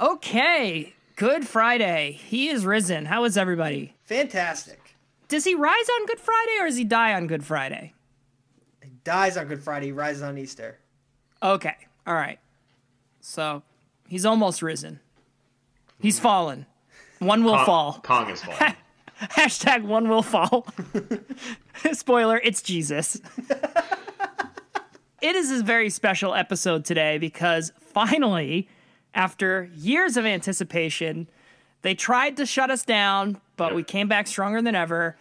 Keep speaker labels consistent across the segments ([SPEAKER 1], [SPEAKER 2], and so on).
[SPEAKER 1] Okay, Good Friday. He is risen. How is everybody?
[SPEAKER 2] Fantastic.
[SPEAKER 1] Does he rise on Good Friday or does he die on Good Friday?
[SPEAKER 2] He dies on Good Friday, rises on Easter.
[SPEAKER 1] Okay, all right. So he's almost risen. He's fallen. One will
[SPEAKER 3] Kong-
[SPEAKER 1] fall.
[SPEAKER 3] Kong is falling.
[SPEAKER 1] Hashtag one will fall. Spoiler, it's Jesus. it is a very special episode today because finally, after years of anticipation, they tried to shut us down, but
[SPEAKER 3] Yep.
[SPEAKER 1] we came back stronger than ever.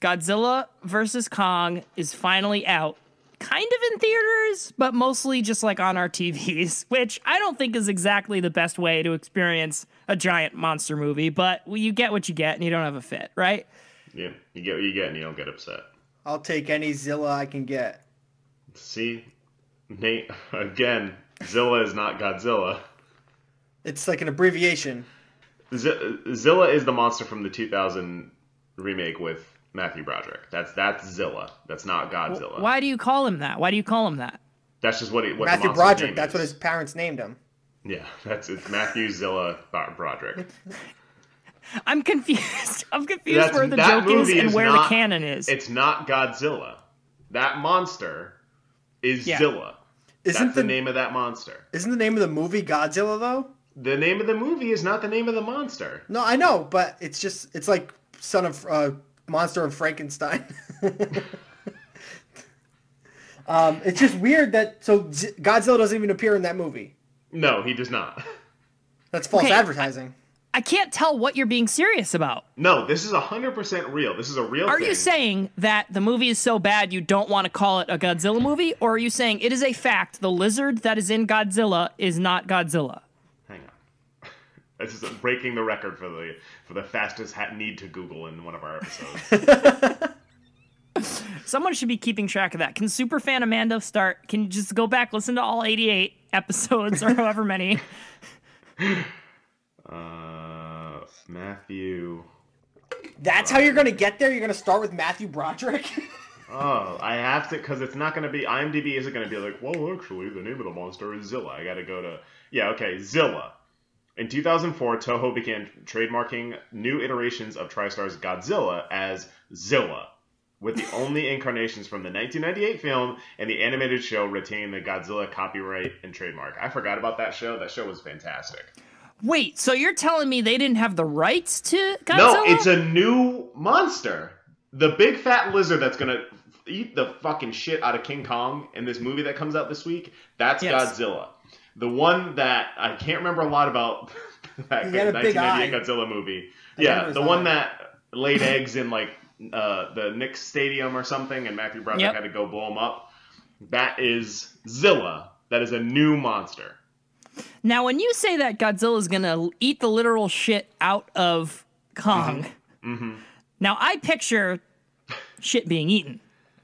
[SPEAKER 1] Godzilla versus Kong is finally out. Kind of in theaters, but mostly just like on our TVs, which I don't think is exactly the best way to experience a giant monster movie, but you get what you get and you don't have a fit, right?
[SPEAKER 3] yeah, you get what you get and you don't get upset.
[SPEAKER 2] I'll take any Zilla I can get.
[SPEAKER 3] See? Nate, again, Zilla is not Godzilla.
[SPEAKER 2] It's like an abbreviation.
[SPEAKER 3] Z- Zilla is the monster from the 2000 remake with Matthew Broderick. That's that's Zilla. That's not Godzilla.
[SPEAKER 1] Why do you call him that? Why do you call him that?
[SPEAKER 3] That's just what, he, what the
[SPEAKER 2] Matthew
[SPEAKER 3] monster's
[SPEAKER 2] Broderick,
[SPEAKER 3] name
[SPEAKER 2] that's what
[SPEAKER 3] is.
[SPEAKER 2] his parents named him.
[SPEAKER 3] Yeah, that's it's Matthew Zilla Bro- Broderick.
[SPEAKER 1] I'm confused. I'm confused
[SPEAKER 3] That's-
[SPEAKER 1] where the
[SPEAKER 3] that
[SPEAKER 1] joke is
[SPEAKER 3] movie
[SPEAKER 1] and
[SPEAKER 3] is
[SPEAKER 1] where the
[SPEAKER 3] not-
[SPEAKER 1] canon is.
[SPEAKER 3] It's not Godzilla. That monster is
[SPEAKER 1] Yeah.
[SPEAKER 3] Zilla. That's
[SPEAKER 2] Isn't
[SPEAKER 3] the
[SPEAKER 2] the,
[SPEAKER 3] name of that monster.
[SPEAKER 2] isn't the name of the movie Godzilla though?
[SPEAKER 3] The name of the movie is not the name of the monster.
[SPEAKER 2] No, I know, but it's just it's like son of uh, monster of Frankenstein. um, it's just weird that so Z- Godzilla doesn't even appear in that movie.
[SPEAKER 3] No, he does not.
[SPEAKER 2] That's false
[SPEAKER 1] Okay, I-
[SPEAKER 2] advertising.
[SPEAKER 1] I can't tell what you're being serious about.
[SPEAKER 3] No, this is 100% real. This is a real
[SPEAKER 1] Are
[SPEAKER 3] thing.
[SPEAKER 1] you saying that the movie is so bad you don't want to call it a Godzilla movie? Or are you saying it is a fact the lizard that is in Godzilla is not Godzilla?
[SPEAKER 3] Hang on. This is breaking the record for the for the fastest hat need to Google in one of our episodes.
[SPEAKER 1] Someone should be keeping track of that. Can Superfan Amanda start? Can you just go back, listen to all 88 episodes or however many?
[SPEAKER 3] uh, Matthew.
[SPEAKER 2] That's how you're gonna get there. You're gonna start with Matthew Broderick.
[SPEAKER 3] Oh, I have to because it's not going to be IMDb. Isn't going to be like, well, actually, the name of the monster is Zilla. I got to go to yeah, okay, Zilla. In 2004, Toho began trademarking new iterations of TriStar's Godzilla as Zilla, with the only incarnations from the 1998 film and the animated show retaining the Godzilla copyright and trademark. I forgot about that show. That show was fantastic.
[SPEAKER 1] Wait, so you're telling me they didn't have the rights to Godzilla?
[SPEAKER 3] No, it's a new monster. The big fat lizard that's gonna eat the fucking shit out of King Kong in this movie that comes out this week. That's
[SPEAKER 1] Yes.
[SPEAKER 3] Godzilla. The one that I can't remember a lot about that
[SPEAKER 2] He had a big
[SPEAKER 3] 1998 Godzilla movie.
[SPEAKER 2] I remember
[SPEAKER 3] yeah,
[SPEAKER 2] his
[SPEAKER 3] the one
[SPEAKER 2] eye.
[SPEAKER 3] that laid eggs in like uh, the Knicks stadium or something, and Matthew Broderick
[SPEAKER 1] Yep.
[SPEAKER 3] had to go blow him up. That is Zilla. That is a new monster.
[SPEAKER 1] Now, when you say that Godzilla is going to eat the literal shit out of Kong,
[SPEAKER 3] Mm-hmm.
[SPEAKER 1] now I picture shit being eaten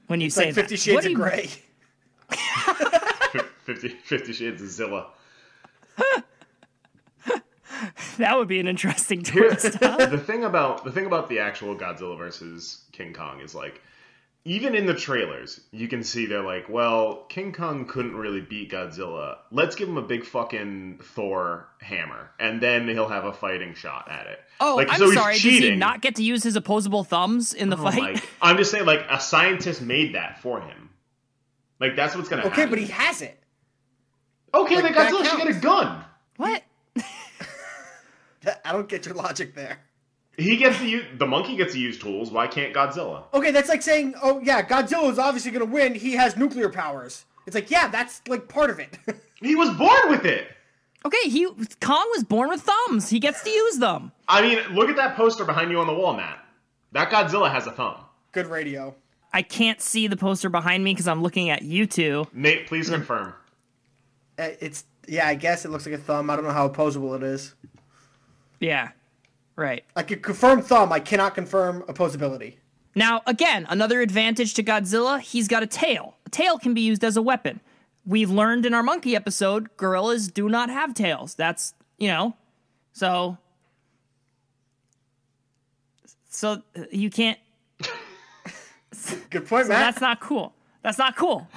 [SPEAKER 1] when you say
[SPEAKER 2] like
[SPEAKER 1] that.
[SPEAKER 2] Fifty
[SPEAKER 1] What
[SPEAKER 2] Shades
[SPEAKER 1] do
[SPEAKER 2] of
[SPEAKER 1] you-
[SPEAKER 2] Grey.
[SPEAKER 3] 50, 50 Shades of Zilla.
[SPEAKER 1] That would be an interesting
[SPEAKER 3] Here-
[SPEAKER 1] twist.
[SPEAKER 3] the thing about the thing about the actual Godzilla versus King Kong is like even in the trailers, you can see they're like, well, King Kong couldn't really beat Godzilla. Let's give him a big fucking Thor hammer, and then he'll have a fighting shot at it.
[SPEAKER 1] Oh,
[SPEAKER 3] like,
[SPEAKER 1] I'm
[SPEAKER 3] so he's
[SPEAKER 1] sorry. Does he
[SPEAKER 3] cheating.
[SPEAKER 1] not get to use his opposable thumbs in the
[SPEAKER 3] Oh
[SPEAKER 1] fight?
[SPEAKER 3] my- I'm just saying, like a scientist made that for him. Like that's what's gonna
[SPEAKER 2] Okay,
[SPEAKER 3] happen.
[SPEAKER 2] but he has it.
[SPEAKER 3] Okay,
[SPEAKER 2] Like,
[SPEAKER 3] that
[SPEAKER 2] that
[SPEAKER 3] Godzilla should get a
[SPEAKER 2] counts.
[SPEAKER 3] gun.
[SPEAKER 1] What?
[SPEAKER 2] I don't get your logic there.
[SPEAKER 3] He gets to use the monkey gets to use tools. Why can't Godzilla?
[SPEAKER 2] Okay, that's like saying, oh yeah, Godzilla is obviously gonna win. He has nuclear powers. It's like, yeah, that's like part of it.
[SPEAKER 3] He was born with it.
[SPEAKER 1] Okay, he Kong was born with thumbs. He gets to use them.
[SPEAKER 3] I mean, look at that poster behind you on the wall, Matt. That Godzilla has a thumb.
[SPEAKER 2] Good radio.
[SPEAKER 1] I can't see the poster behind me because I'm looking at you two.
[SPEAKER 3] Nate, please
[SPEAKER 2] Mm-hmm.
[SPEAKER 3] confirm.
[SPEAKER 2] Uh, It's yeah, I guess it looks like a thumb. I don't know how opposable it is.
[SPEAKER 1] Yeah, right.
[SPEAKER 2] I can confirm thumb. I cannot confirm opposability.
[SPEAKER 1] Now, again, another advantage to Godzilla, he's got a tail. A tail can be used as a weapon. We've learned in our monkey episode, gorillas do not have tails. That's, you know, so. So uh, you can't.
[SPEAKER 2] Good point, Matt.
[SPEAKER 1] That's not cool. That's not cool.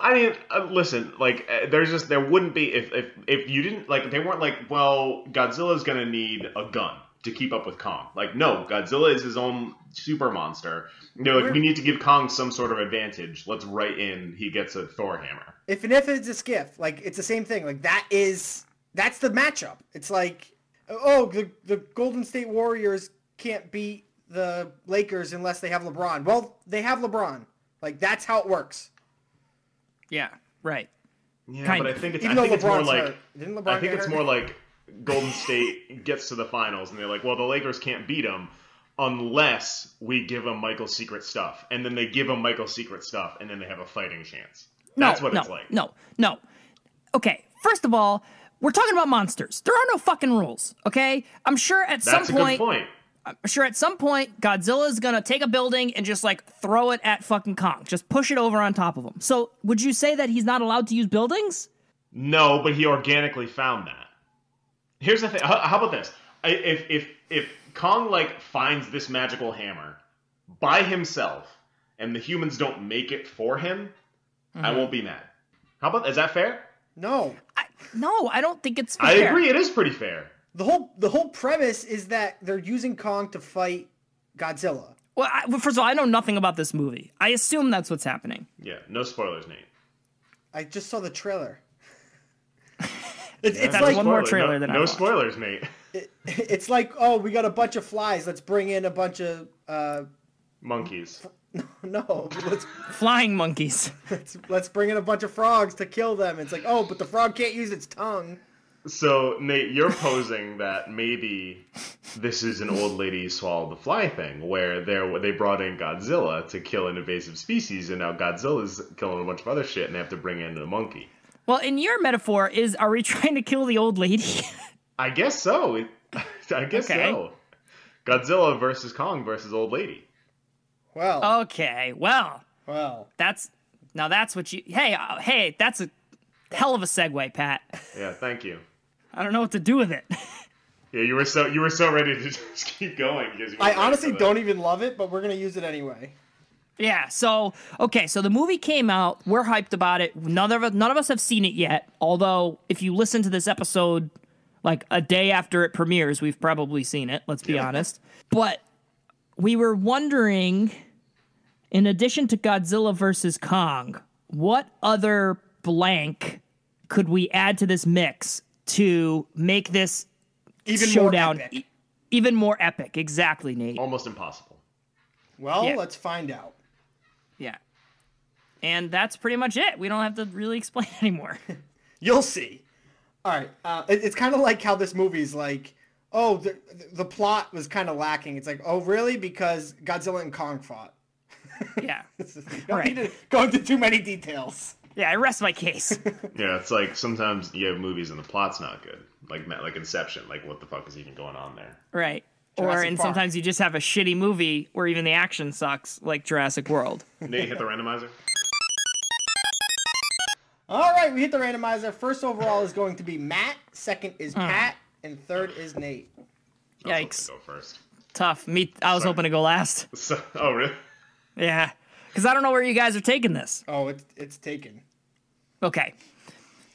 [SPEAKER 3] I mean, uh, listen, like uh, there's just there wouldn't be if if if you didn't like they weren't like well Godzilla's gonna need a gun to keep up with Kong. Like no, Godzilla is his own super monster. They're like we need to give Kong some sort of advantage. Let's write in he gets a Thor hammer.
[SPEAKER 2] if and if it's a skiff, like it's the same thing. Like that is that's the matchup. It's like oh the the Golden State Warriors can't beat the Lakers unless they have LeBron. Well, they have LeBron. Like that's how it works.
[SPEAKER 1] Yeah, right.
[SPEAKER 3] Yeah,
[SPEAKER 1] Kind
[SPEAKER 3] but I
[SPEAKER 1] of.
[SPEAKER 3] think it's
[SPEAKER 2] Even
[SPEAKER 3] I
[SPEAKER 2] though
[SPEAKER 3] think it's more
[SPEAKER 2] LeBron's
[SPEAKER 3] like
[SPEAKER 2] hurt. Didn't LeBron
[SPEAKER 3] I think
[SPEAKER 2] get
[SPEAKER 3] it's
[SPEAKER 2] hurt?
[SPEAKER 3] more like Golden State gets to the finals and they're like, well, the Lakers can't beat them unless we give them Michael's secret stuff, and then they give them Michael's secret stuff, and then they have a fighting chance. That's
[SPEAKER 1] no,
[SPEAKER 3] what
[SPEAKER 1] no,
[SPEAKER 3] it's like.
[SPEAKER 1] No, no. Okay, first of all, we're talking about monsters. There are no fucking rules, okay? I'm sure at
[SPEAKER 3] That's
[SPEAKER 1] some
[SPEAKER 3] a
[SPEAKER 1] point,
[SPEAKER 3] good point.
[SPEAKER 1] I'm sure at some point Godzilla is gonna take a building and just like throw it at fucking Kong, just push it over on top of him. So would you say that he's not allowed to use buildings?
[SPEAKER 3] No, but he organically found that. Here's the thing. How, how about this? I- If if if Kong like finds this magical hammer by himself, and the humans don't make it for him, I
[SPEAKER 1] Mm-hmm.
[SPEAKER 3] won't be mad. How about is that fair?
[SPEAKER 2] No.
[SPEAKER 1] I, no, I don't think it's fair.
[SPEAKER 3] I agree. It is pretty fair.
[SPEAKER 2] The whole the whole premise is that they're using Kong to fight Godzilla.
[SPEAKER 1] Well, I, well, first of all, I know nothing about this movie. I assume that's what's happening.
[SPEAKER 3] Yeah. No spoilers, Nate.
[SPEAKER 2] I just saw the trailer. It, it's
[SPEAKER 1] That's
[SPEAKER 2] like
[SPEAKER 1] one more
[SPEAKER 3] Spoiler-
[SPEAKER 1] trailer
[SPEAKER 3] no,
[SPEAKER 1] than I
[SPEAKER 3] No
[SPEAKER 1] watched.
[SPEAKER 3] spoilers, Nate.
[SPEAKER 2] it's like oh we got a bunch of flies. Let's bring in a bunch of uh,
[SPEAKER 3] Monkeys.
[SPEAKER 2] no. Let's
[SPEAKER 1] Flying monkeys.
[SPEAKER 2] let's let's bring in a bunch of frogs to kill them. It's like oh but the frog can't use its tongue.
[SPEAKER 3] So Nate, you're posing that maybe this is an old lady swallow the fly thing, where they they brought in Godzilla to kill an invasive species, and now Godzilla's killing a bunch of other shit, and they have to bring in a monkey.
[SPEAKER 1] Well, in your metaphor, is are we trying to kill the old lady?
[SPEAKER 3] I guess so. It- I guess
[SPEAKER 1] Okay.
[SPEAKER 3] so. Godzilla versus Kong versus old lady.
[SPEAKER 2] Well,
[SPEAKER 1] Oh. okay, well,
[SPEAKER 2] well,
[SPEAKER 1] that's now that's what you. Hey, uh, hey, that's a hell of a segue, Pat.
[SPEAKER 3] Yeah, thank you.
[SPEAKER 1] I don't know what to do with it.
[SPEAKER 3] Yeah, you were so you were so ready to just keep going. because you were
[SPEAKER 2] I
[SPEAKER 3] ready for
[SPEAKER 2] honestly
[SPEAKER 3] that.
[SPEAKER 2] don't even love it, but we're gonna use it anyway.
[SPEAKER 1] Yeah. So okay. So the movie came out. We're hyped about it. None of us- none of us have seen it yet. Although if you listen to this episode, like a day after it premieres, we've probably seen it. Let's be honest. But we were wondering, in addition to Godzilla versus Kong, what other blank could we add to this mix to make this
[SPEAKER 2] Even
[SPEAKER 1] showdown
[SPEAKER 2] more epic.
[SPEAKER 1] e- even more epic? Exactly,
[SPEAKER 2] Oh.
[SPEAKER 1] Nate.
[SPEAKER 3] Almost impossible.
[SPEAKER 2] Well,
[SPEAKER 1] Yeah.
[SPEAKER 2] let's find out.
[SPEAKER 1] Yeah. And that's pretty much it. We don't have to really explain anymore.
[SPEAKER 2] You'll see. All right. Uh, it- it's kind of like how this movie's like, oh, the, the plot was kind of lacking. It's like, oh, really? Because Godzilla and Kong fought.
[SPEAKER 1] yeah.
[SPEAKER 2] You
[SPEAKER 1] All
[SPEAKER 2] don't
[SPEAKER 1] right.
[SPEAKER 2] need to go into too many details.
[SPEAKER 1] Yeah, I rest my case.
[SPEAKER 3] Yeah, it's like sometimes you have movies and the plot's not good, like like Inception. Like, what the fuck is even going on there?
[SPEAKER 1] Right. or
[SPEAKER 2] Jurassic
[SPEAKER 1] and
[SPEAKER 2] Park.
[SPEAKER 1] sometimes you just have a shitty movie where even the action sucks, like Jurassic World.
[SPEAKER 3] Nate, hit the randomizer.
[SPEAKER 2] All right, we hit the randomizer. First overall is going to be Matt. Second is
[SPEAKER 1] Hmm.
[SPEAKER 2] Pat, and third is Nate.
[SPEAKER 3] I was
[SPEAKER 1] Yikes.
[SPEAKER 3] hoping to Go first.
[SPEAKER 1] Tough. Me I was
[SPEAKER 3] Sorry.
[SPEAKER 1] hoping to go last.
[SPEAKER 3] So, oh really?
[SPEAKER 1] Yeah. Cause I don't know where you guys are taking this.
[SPEAKER 2] Oh, it's it's taken.
[SPEAKER 1] Okay.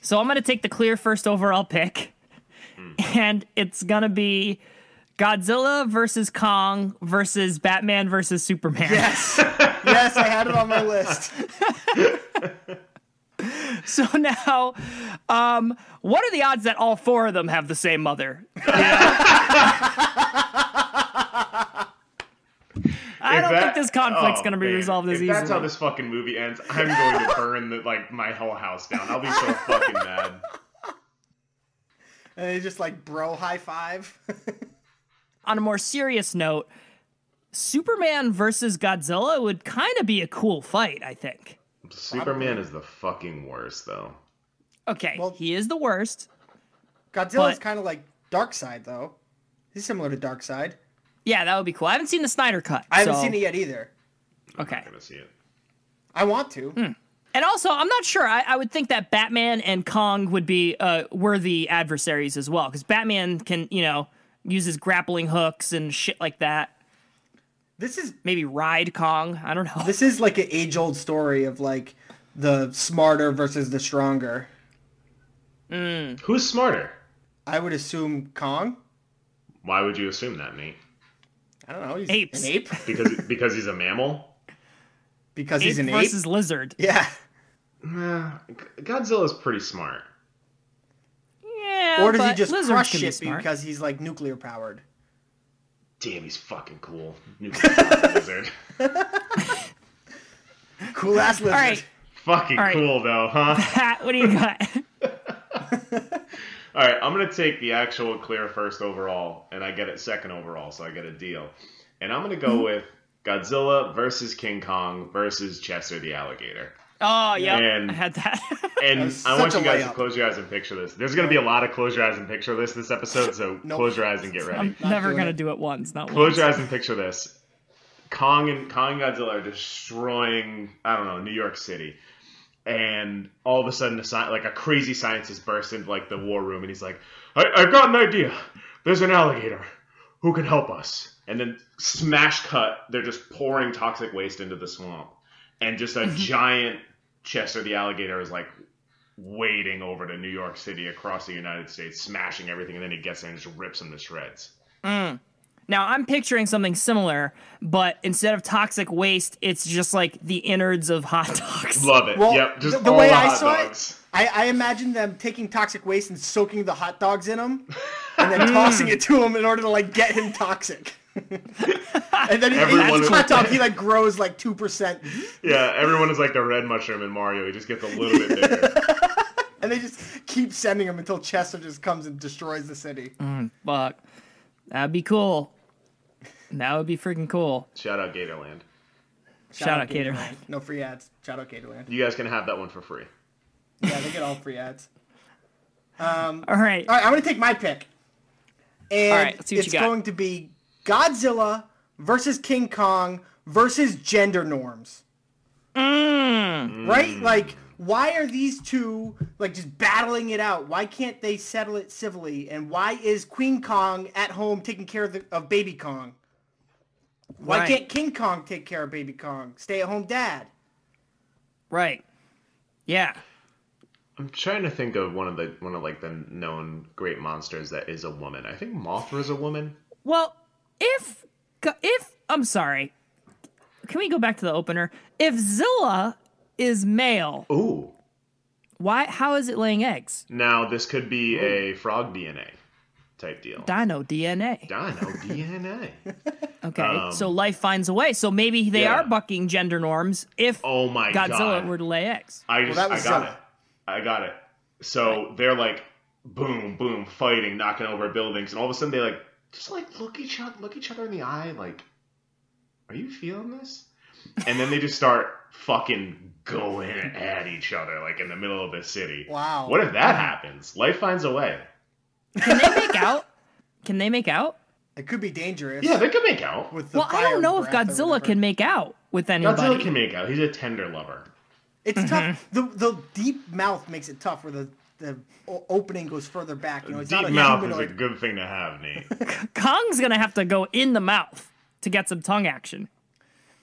[SPEAKER 1] So I'm gonna take the clear first overall pick.
[SPEAKER 2] Hmm.
[SPEAKER 1] And it's gonna be Godzilla versus Kong versus Batman versus Superman.
[SPEAKER 2] Yes, yes, I had it on my list.
[SPEAKER 1] So now, um, what are the odds that all four of them have the same mother? You know? I
[SPEAKER 3] If
[SPEAKER 1] don't
[SPEAKER 3] that-
[SPEAKER 1] think this conflict's
[SPEAKER 3] oh,
[SPEAKER 1] going to be
[SPEAKER 3] man.
[SPEAKER 1] resolved as
[SPEAKER 3] if
[SPEAKER 1] easily.
[SPEAKER 3] That's how this fucking movie ends. I'm going to burn the, like my whole house down. I'll be so fucking mad.
[SPEAKER 2] And they just like bro high five.
[SPEAKER 1] On a more serious note, Superman versus Godzilla would kind of be a cool fight, I think.
[SPEAKER 3] Superman is the fucking worst, though.
[SPEAKER 1] Okay,
[SPEAKER 2] Well-
[SPEAKER 1] he is the worst.
[SPEAKER 2] Godzilla's
[SPEAKER 1] But-
[SPEAKER 2] kind of like Dark Side though. He's similar to Dark Side.
[SPEAKER 1] Yeah, that would be cool. I haven't seen the Snyder cut.
[SPEAKER 2] I haven't
[SPEAKER 1] so-
[SPEAKER 2] seen it yet either.
[SPEAKER 1] Okay.
[SPEAKER 3] I'm gonna see it.
[SPEAKER 2] I want to.
[SPEAKER 1] Hmm. And also, I'm not sure. I, I would think that Batman and Kong would be uh, worthy adversaries as well, because Batman can, you know, use his grappling hooks and shit like that.
[SPEAKER 2] This is
[SPEAKER 1] Maybe ride Kong. I don't know.
[SPEAKER 2] this is like an age old story of like the smarter versus the stronger.
[SPEAKER 3] Who's smarter?
[SPEAKER 2] I would assume Kong.
[SPEAKER 3] Why would you assume that, Nate?
[SPEAKER 2] I don't know. He's
[SPEAKER 1] Apes.
[SPEAKER 2] an ape
[SPEAKER 3] Because because he's a mammal.
[SPEAKER 2] because
[SPEAKER 1] Ape
[SPEAKER 2] he's an ape.
[SPEAKER 1] versus lizard.
[SPEAKER 2] Yeah.
[SPEAKER 3] Nah, Godzilla's pretty smart.
[SPEAKER 1] Yeah.
[SPEAKER 2] Or does he
[SPEAKER 1] but
[SPEAKER 2] just
[SPEAKER 1] lizards
[SPEAKER 2] crush
[SPEAKER 1] can be
[SPEAKER 2] shit
[SPEAKER 1] smart.
[SPEAKER 2] because he's like nuclear powered?
[SPEAKER 3] Damn, he's fucking cool. Nuclear lizard.
[SPEAKER 2] Cool ass lizard.
[SPEAKER 1] All right,
[SPEAKER 3] Fucking
[SPEAKER 1] All right.
[SPEAKER 3] cool though, huh?
[SPEAKER 1] Pat. What do you got?
[SPEAKER 3] All right, I'm gonna take the actual clear first overall, and I get it second overall, so I get a deal. And I'm gonna go with Godzilla versus King Kong versus Chester the alligator.
[SPEAKER 1] Oh, yeah.
[SPEAKER 3] And-
[SPEAKER 1] I had that.
[SPEAKER 3] And
[SPEAKER 2] was
[SPEAKER 3] I want
[SPEAKER 2] such
[SPEAKER 3] you
[SPEAKER 2] a
[SPEAKER 3] guys to
[SPEAKER 2] layup.
[SPEAKER 3] close your eyes and picture this. There's gonna be a lot of close your eyes and picture this this episode, so
[SPEAKER 2] Nope.
[SPEAKER 3] close your eyes and get ready.
[SPEAKER 1] I'm
[SPEAKER 2] Not
[SPEAKER 1] never
[SPEAKER 2] doing
[SPEAKER 1] gonna
[SPEAKER 2] it.
[SPEAKER 1] do it once. Not once.
[SPEAKER 3] Close your eyes and picture this. Kong and Kong and Godzilla are destroying, I don't know, New York City. And all of a sudden, a sci- like a crazy scientist bursts into like the war room, and he's like, I- "I've got an idea. There's an alligator who can help us." And then smash cut, they're just pouring toxic waste into the swamp, and just
[SPEAKER 1] Mm-hmm.
[SPEAKER 3] a giant Chester the alligator is like wading over to New York City across the United States, smashing everything, and then he gets there and just rips them to shreds.
[SPEAKER 1] Now I'm picturing something similar, but instead of toxic waste, it's just like the innards of hot dogs.
[SPEAKER 3] Love it.
[SPEAKER 2] Well,
[SPEAKER 3] yep. Just
[SPEAKER 2] the, the
[SPEAKER 3] all
[SPEAKER 2] way
[SPEAKER 3] the
[SPEAKER 2] I
[SPEAKER 3] hot
[SPEAKER 2] saw
[SPEAKER 3] dogs.
[SPEAKER 2] it, I, I imagine them taking toxic waste and soaking the hot dogs in them, and then tossing
[SPEAKER 3] Hmm.
[SPEAKER 2] it to him in order to like get him toxic. and then he
[SPEAKER 3] Everyone-
[SPEAKER 2] eats the hot dog. He like grows like two percent,
[SPEAKER 3] Yeah, everyone is like the red mushroom in Mario. He just gets a little bit bigger.
[SPEAKER 2] and they just keep sending him until Chester just comes and destroys the city.
[SPEAKER 1] Fuck. That'd be cool. That would be freaking cool.
[SPEAKER 3] Shout out Gatorland.
[SPEAKER 1] Shout, out Caterline.
[SPEAKER 2] No free ads. Shout out Caterland.
[SPEAKER 3] You guys can have that one for free.
[SPEAKER 2] Yeah, they get all free ads.
[SPEAKER 1] All right.
[SPEAKER 2] All right, I'm gonna take my pick, and
[SPEAKER 1] All right, let's see what
[SPEAKER 2] it's
[SPEAKER 1] you got.
[SPEAKER 2] going to be Godzilla versus King Kong versus gender norms.
[SPEAKER 1] Mmm.
[SPEAKER 2] Right? Like, why are these two like just battling it out? Why can't they settle it civilly? And why is Queen Kong at home taking care of, the, of baby Kong? Why
[SPEAKER 1] Right.
[SPEAKER 2] can't King Kong take care of baby Kong? Stay at home dad.
[SPEAKER 1] Right. Yeah.
[SPEAKER 3] I'm trying to think of one of the one of like the known great monsters that is a woman. I think Mothra is a woman.
[SPEAKER 1] Well, if if I'm sorry, can we go back to the opener? If Zilla is male,
[SPEAKER 3] Ooh.
[SPEAKER 1] why? How is it laying eggs?
[SPEAKER 3] Now this could be a frog DNA type deal.
[SPEAKER 1] Dino DNA.
[SPEAKER 3] Dino DNA.
[SPEAKER 1] Okay, so life finds a way. So maybe they
[SPEAKER 3] yeah.
[SPEAKER 1] are bucking gender norms. If
[SPEAKER 3] Oh my
[SPEAKER 1] Godzilla
[SPEAKER 3] god.
[SPEAKER 1] were to lay eggs,
[SPEAKER 3] I just
[SPEAKER 2] that was
[SPEAKER 3] I got
[SPEAKER 2] Zilla.
[SPEAKER 3] it. I got it. So they're like boom, boom, fighting, knocking over buildings, and all of a sudden they like just like look each other look each other in the eye, like, are you feeling this? And then they just start fucking going at each other, like in the middle of the city.
[SPEAKER 2] Wow.
[SPEAKER 3] What if that happens? Life finds a way.
[SPEAKER 1] can they make out? Can they make out?
[SPEAKER 2] It could be dangerous.
[SPEAKER 3] Yeah, they could make out.
[SPEAKER 2] With the
[SPEAKER 1] Well, I
[SPEAKER 2] fire
[SPEAKER 1] don't know if
[SPEAKER 2] breath or
[SPEAKER 1] Godzilla
[SPEAKER 2] whatever.
[SPEAKER 1] can make out with anybody.
[SPEAKER 3] Godzilla can make out. He's a tender lover.
[SPEAKER 2] It's
[SPEAKER 3] Mm-hmm.
[SPEAKER 2] tough. The the deep mouth makes it tough, where the the o- opening goes further back. You know, it's not
[SPEAKER 3] Deep
[SPEAKER 2] a
[SPEAKER 3] mouth is a
[SPEAKER 2] humanoid.
[SPEAKER 3] good thing to have, Nate.
[SPEAKER 1] Kong's gonna have to go in the mouth to get some tongue action.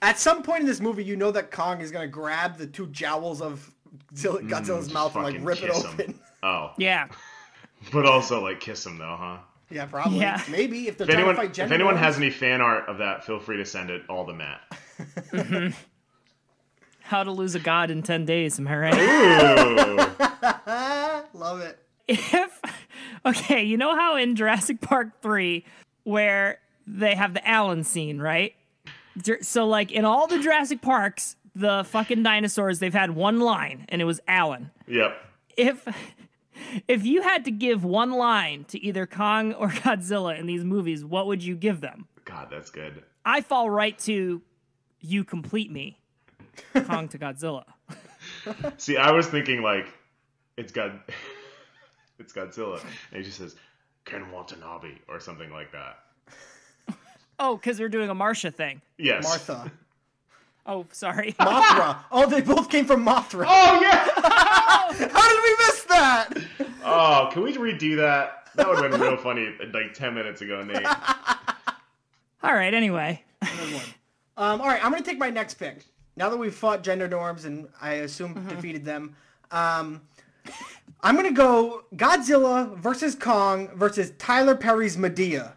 [SPEAKER 2] At some point in this movie, you know that Kong is gonna grab the two jowls of Zilla, Godzilla's mouth and like
[SPEAKER 3] Mm, Fucking
[SPEAKER 2] rip it
[SPEAKER 3] kiss
[SPEAKER 2] open.
[SPEAKER 3] Him. Oh,
[SPEAKER 1] Yeah.
[SPEAKER 3] but also like kiss him though, huh?
[SPEAKER 2] Yeah, probably.
[SPEAKER 1] Yeah.
[SPEAKER 2] Maybe if they're
[SPEAKER 3] If
[SPEAKER 2] trying
[SPEAKER 3] anyone,
[SPEAKER 2] to fight
[SPEAKER 3] if
[SPEAKER 2] gender.
[SPEAKER 3] anyone
[SPEAKER 2] norms.
[SPEAKER 3] has any fan art of that, feel free to send it all to Matt.
[SPEAKER 1] How to Lose a God in 10 Days, am I right?
[SPEAKER 3] Ooh.
[SPEAKER 2] Love it.
[SPEAKER 1] if, okay, you know how in Jurassic Park 3, where they have the Allen scene, right? Jur- So, like, in all the Jurassic Parks, the fucking dinosaurs, they've had one line, and it was Allen.
[SPEAKER 3] yep.
[SPEAKER 1] if if you had to give one line to either Kong or Godzilla in these movies, what would you give them?
[SPEAKER 3] God, that's good.
[SPEAKER 1] I fall right to you complete me. Kong to Godzilla.
[SPEAKER 3] See, I was thinking like, it's God, it's Godzilla, and he just says Ken Watanabe or something like that.
[SPEAKER 1] Oh, because they're doing a Marsha thing.
[SPEAKER 3] Yes.
[SPEAKER 2] Martha.
[SPEAKER 1] Oh, sorry.
[SPEAKER 2] Mothra. Oh, they both came from Mothra.
[SPEAKER 3] Oh yeah.
[SPEAKER 2] How did we miss that?
[SPEAKER 3] oh, can we redo that? That would have been real funny like ten minutes ago, Nate.
[SPEAKER 1] All right, anyway.
[SPEAKER 2] Um, all right, I'm going to take my next pick. Now that we've fought gender norms and I assume defeated them, um, I'm going to go Godzilla versus Kong versus Tyler Perry's Medea.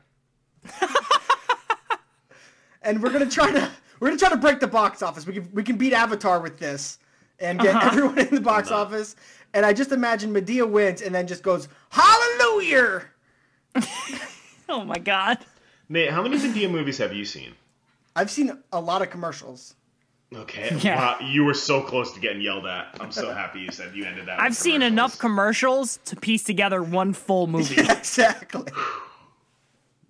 [SPEAKER 2] and we're going to try to we're going to try to break the box office. We can we can beat Avatar with this and get everyone in the box office. And I just imagine Medea wins and then just goes hallelujah.
[SPEAKER 1] Oh my god.
[SPEAKER 3] Nate, how many Medea movies have you seen?
[SPEAKER 2] I've seen a lot of commercials.
[SPEAKER 3] Okay.
[SPEAKER 1] Yeah.
[SPEAKER 3] Wow, you were so close to getting yelled at. I'm so happy you said you ended that.
[SPEAKER 1] I've
[SPEAKER 3] with
[SPEAKER 1] seen
[SPEAKER 3] commercials.
[SPEAKER 1] enough commercials to piece together one full movie.
[SPEAKER 2] exactly.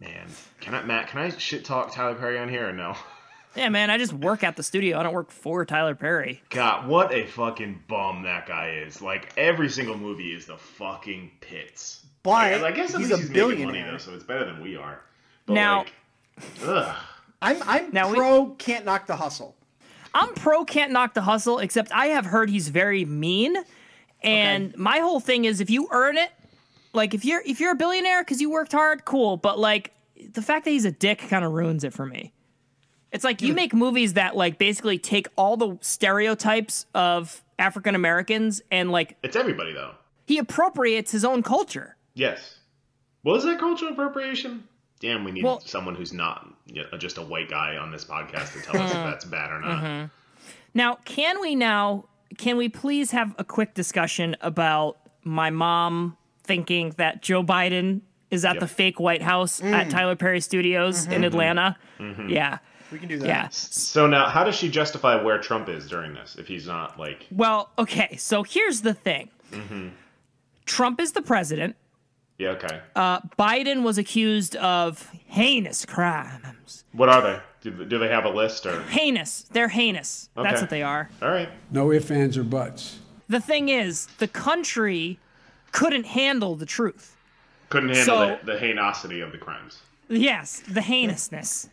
[SPEAKER 3] Man, can I, Matt? Can I shit talk Tyler Perry on here or no?
[SPEAKER 1] yeah, man, I just work at the studio. I don't work for Tyler Perry.
[SPEAKER 3] God, what a fucking bum that guy is. Like every single movie is the fucking pits.
[SPEAKER 2] But
[SPEAKER 3] And I guess at
[SPEAKER 2] he's
[SPEAKER 3] least
[SPEAKER 2] a
[SPEAKER 3] he's making money
[SPEAKER 2] billionaire.
[SPEAKER 3] though, so it's better than we are. But
[SPEAKER 1] Now-
[SPEAKER 3] like, ugh.
[SPEAKER 2] I'm I'm
[SPEAKER 1] Now we-
[SPEAKER 2] pro can't knock the hustle.
[SPEAKER 1] I'm pro can't knock the hustle, except I have heard he's very mean. And my whole thing is if you earn it, like if you're if you're a billionaire because you worked hard, cool. But like the fact that he's a dick kind of ruins it for me. It's like you make movies that like basically take all the stereotypes of African Americans and like
[SPEAKER 3] It's everybody though.
[SPEAKER 1] he appropriates his own culture.
[SPEAKER 3] Yes. Was that cultural appropriation? Damn, we need
[SPEAKER 1] Well-
[SPEAKER 3] someone who's not you know, just a white guy on this podcast to tell us
[SPEAKER 2] Hmm.
[SPEAKER 3] if that's bad or not.
[SPEAKER 2] Mm-hmm.
[SPEAKER 1] Now, can we now can we please have a quick discussion about my mom thinking that Joe Biden is at
[SPEAKER 3] Yep. Mm-hmm.
[SPEAKER 1] the fake White House at Tyler Perry Studios in Atlanta? Yeah.
[SPEAKER 2] We can do that.
[SPEAKER 1] Yeah.
[SPEAKER 3] So now, how does she justify where Trump is during this if he's not like?
[SPEAKER 1] Well, okay. So here's the thing.
[SPEAKER 3] Mm-hmm.
[SPEAKER 1] Trump is the president.
[SPEAKER 3] Yeah. Okay.
[SPEAKER 2] Uh,
[SPEAKER 1] Biden was accused of heinous crimes.
[SPEAKER 3] what are they? Do, do they have a list or?
[SPEAKER 1] Heinous. They're heinous. That's
[SPEAKER 3] Okay.
[SPEAKER 1] what they are.
[SPEAKER 3] All right.
[SPEAKER 4] No ifs, ands, or buts.
[SPEAKER 1] The thing is, the country couldn't handle the truth.
[SPEAKER 3] Couldn't handle
[SPEAKER 1] So-
[SPEAKER 3] the, the heinous of the crimes.
[SPEAKER 1] Yes, the heinousness.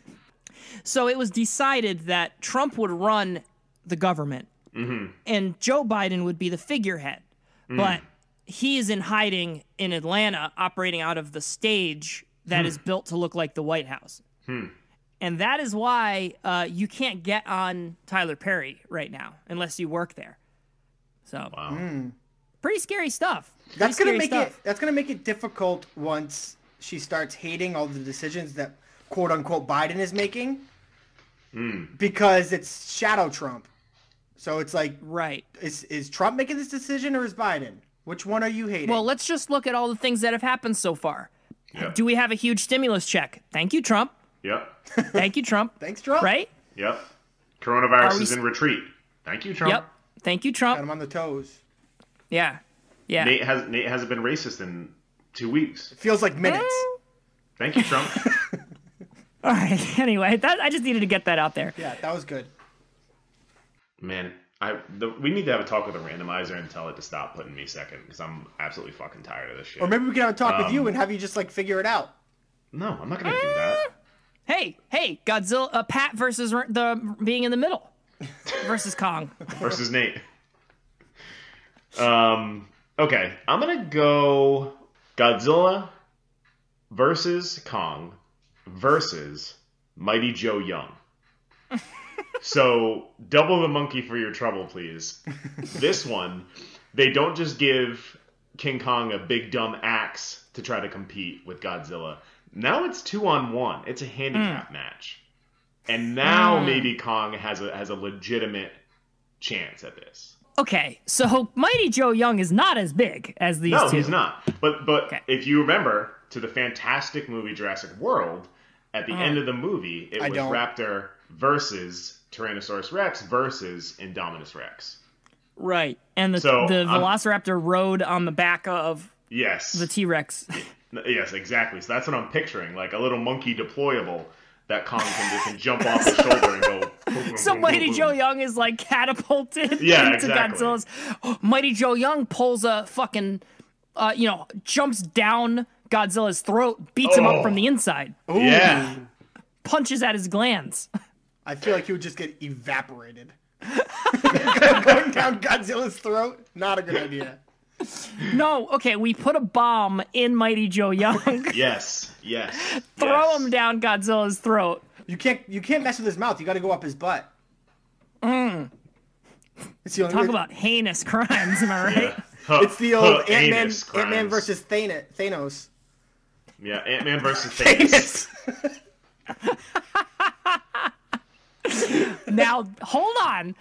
[SPEAKER 1] so it was decided that Trump would run the government and Joe Biden would be the figurehead. But he is in hiding in Atlanta, operating out of the stage that is built to look like the White House. And that is why uh, you can't get on Tyler Perry right now unless you work there. So,
[SPEAKER 3] Wow.
[SPEAKER 1] pretty scary stuff. Pretty
[SPEAKER 2] Hmm. That's gonna
[SPEAKER 1] scary
[SPEAKER 2] make
[SPEAKER 1] stuff.
[SPEAKER 2] it that's gonna make it difficult once she starts hating all the decisions that quote unquote Biden is making. Because it's shadow Trump. So it's like
[SPEAKER 1] right.
[SPEAKER 2] is is Trump making this decision or is Biden? Which one are you hating?
[SPEAKER 1] Well, let's just look at all the things that have happened so far.
[SPEAKER 3] Yep.
[SPEAKER 1] Do we have a huge stimulus check? Thank you, Trump.
[SPEAKER 3] Yep.
[SPEAKER 1] Thank you, Trump.
[SPEAKER 2] Thanks, Trump.
[SPEAKER 1] Right?
[SPEAKER 3] Yep. Coronavirus
[SPEAKER 1] Are we
[SPEAKER 3] is
[SPEAKER 1] s-
[SPEAKER 3] in retreat. Thank you, Trump.
[SPEAKER 1] Yep. Thank you,
[SPEAKER 2] Got him
[SPEAKER 1] Trump.
[SPEAKER 2] on the toes.
[SPEAKER 1] Yeah. Yeah.
[SPEAKER 3] Nate has Nate hasn't been racist in two weeks.
[SPEAKER 2] Feels like minutes.
[SPEAKER 1] Eh.
[SPEAKER 3] Thank you, Trump.
[SPEAKER 1] All right. Anyway, that I just needed to get that out there.
[SPEAKER 2] yeah, that was good.
[SPEAKER 3] Man, I the, we need to have a talk with a randomizer and tell it to stop putting me second because I'm absolutely fucking tired of this shit.
[SPEAKER 2] Or maybe we can have a talk with you and have you just like figure it out.
[SPEAKER 3] no, I'm not gonna do that.
[SPEAKER 1] Hey, hey, Godzilla, uh, Pat versus r- the being in the middle versus Kong.
[SPEAKER 3] versus Nate. Um. Okay, I'm gonna go Godzilla versus Kong versus Mighty Joe Young. so double the monkey for your trouble, please. This one, they don't just give King Kong a big dumb axe to try to compete with Godzilla. Now it's two on one. It's a handicap match, and now maybe Kong has a has a legitimate chance at this.
[SPEAKER 1] Okay, so Mighty Joe Young is not as big as these
[SPEAKER 3] No,
[SPEAKER 1] two.
[SPEAKER 3] he's not. But but
[SPEAKER 1] Okay.
[SPEAKER 3] if you remember to the fantastic movie Jurassic World, at the
[SPEAKER 1] Uh-huh.
[SPEAKER 3] end of the movie, it
[SPEAKER 2] I
[SPEAKER 3] was
[SPEAKER 2] don't.
[SPEAKER 3] Raptor versus Tyrannosaurus Rex versus Indominus Rex.
[SPEAKER 1] Right. And the,
[SPEAKER 3] So,
[SPEAKER 1] the
[SPEAKER 3] I'm-
[SPEAKER 1] Velociraptor rode on the back of
[SPEAKER 3] Yes.
[SPEAKER 1] the T Rex.
[SPEAKER 3] N- yes, exactly. So that's what I'm picturing, like a little monkey deployable that Kong can just can jump off his shoulder and go. boom,
[SPEAKER 1] so
[SPEAKER 3] boom,
[SPEAKER 1] Mighty
[SPEAKER 3] boom,
[SPEAKER 1] Joe
[SPEAKER 3] boom.
[SPEAKER 1] Young is like catapulted
[SPEAKER 3] Yeah,
[SPEAKER 1] into
[SPEAKER 3] exactly.
[SPEAKER 1] Godzilla's. Mighty Joe Young pulls a fucking, uh, you know, jumps down Godzilla's throat, beats him
[SPEAKER 3] Oh.
[SPEAKER 1] up from the inside,
[SPEAKER 3] Yeah.
[SPEAKER 1] punches at his glands.
[SPEAKER 2] I feel like he would just get evaporated. Going down Godzilla's throat, not a good idea.
[SPEAKER 1] no, okay, we put a bomb in Mighty Joe Young,
[SPEAKER 3] Yes. Yes.
[SPEAKER 1] throw
[SPEAKER 3] yes.
[SPEAKER 1] him down Godzilla's throat.
[SPEAKER 2] You can't you can't mess with his mouth. You got to go up his butt. Mm. It's the only
[SPEAKER 1] Talk
[SPEAKER 2] way-
[SPEAKER 1] about heinous crimes, am I right?
[SPEAKER 3] Huh,
[SPEAKER 2] It's the
[SPEAKER 3] huh,
[SPEAKER 2] old Ant Man
[SPEAKER 3] anus crimes.
[SPEAKER 2] Ant Man versus Thana- Thanos.
[SPEAKER 3] Yeah, Ant Man versus Thanos.
[SPEAKER 1] Now, hold on.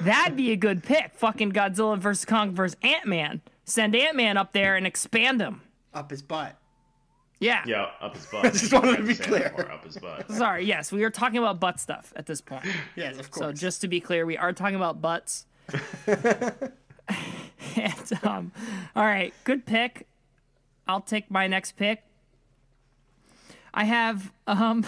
[SPEAKER 1] That'd be a good pick. Fucking Godzilla versus Kong versus Ant Man. Send Ant Man up there and expand him.
[SPEAKER 2] up his butt.
[SPEAKER 1] Yeah.
[SPEAKER 3] Yeah, up his butt. I
[SPEAKER 2] just wanted to
[SPEAKER 3] had
[SPEAKER 2] be
[SPEAKER 3] say
[SPEAKER 2] clear.
[SPEAKER 3] before, Up his butt.
[SPEAKER 1] Sorry, yes, we are talking about butt stuff at this point.
[SPEAKER 2] Yes, of
[SPEAKER 1] So
[SPEAKER 2] course.
[SPEAKER 1] just to be clear, we are talking about butts. and um, all right, good pick. I'll take my next pick. I have um,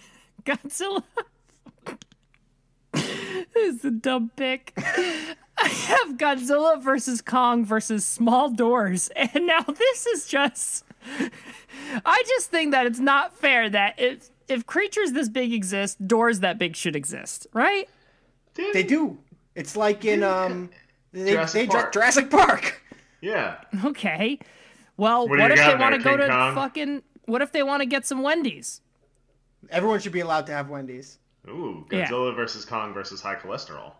[SPEAKER 1] Godzilla. this is a dumb pick. I have Godzilla versus Kong versus Small Doors, and now this is just. I just think that it's not fair that if if creatures this big exist, doors that big should exist, right?
[SPEAKER 2] they do. It's like in um, they,
[SPEAKER 3] Jurassic
[SPEAKER 2] they dra-
[SPEAKER 3] Park.
[SPEAKER 2] Jurassic Park.
[SPEAKER 3] Yeah.
[SPEAKER 1] Okay. Well, what,
[SPEAKER 3] What do you
[SPEAKER 1] if
[SPEAKER 3] got
[SPEAKER 1] they
[SPEAKER 3] there,
[SPEAKER 1] want to go
[SPEAKER 3] King
[SPEAKER 1] to
[SPEAKER 3] Kong?
[SPEAKER 1] fucking? What if they want to get some Wendy's?
[SPEAKER 2] Everyone should be allowed to have Wendy's.
[SPEAKER 3] Ooh,
[SPEAKER 1] Yeah.
[SPEAKER 3] Godzilla versus Kong versus high cholesterol.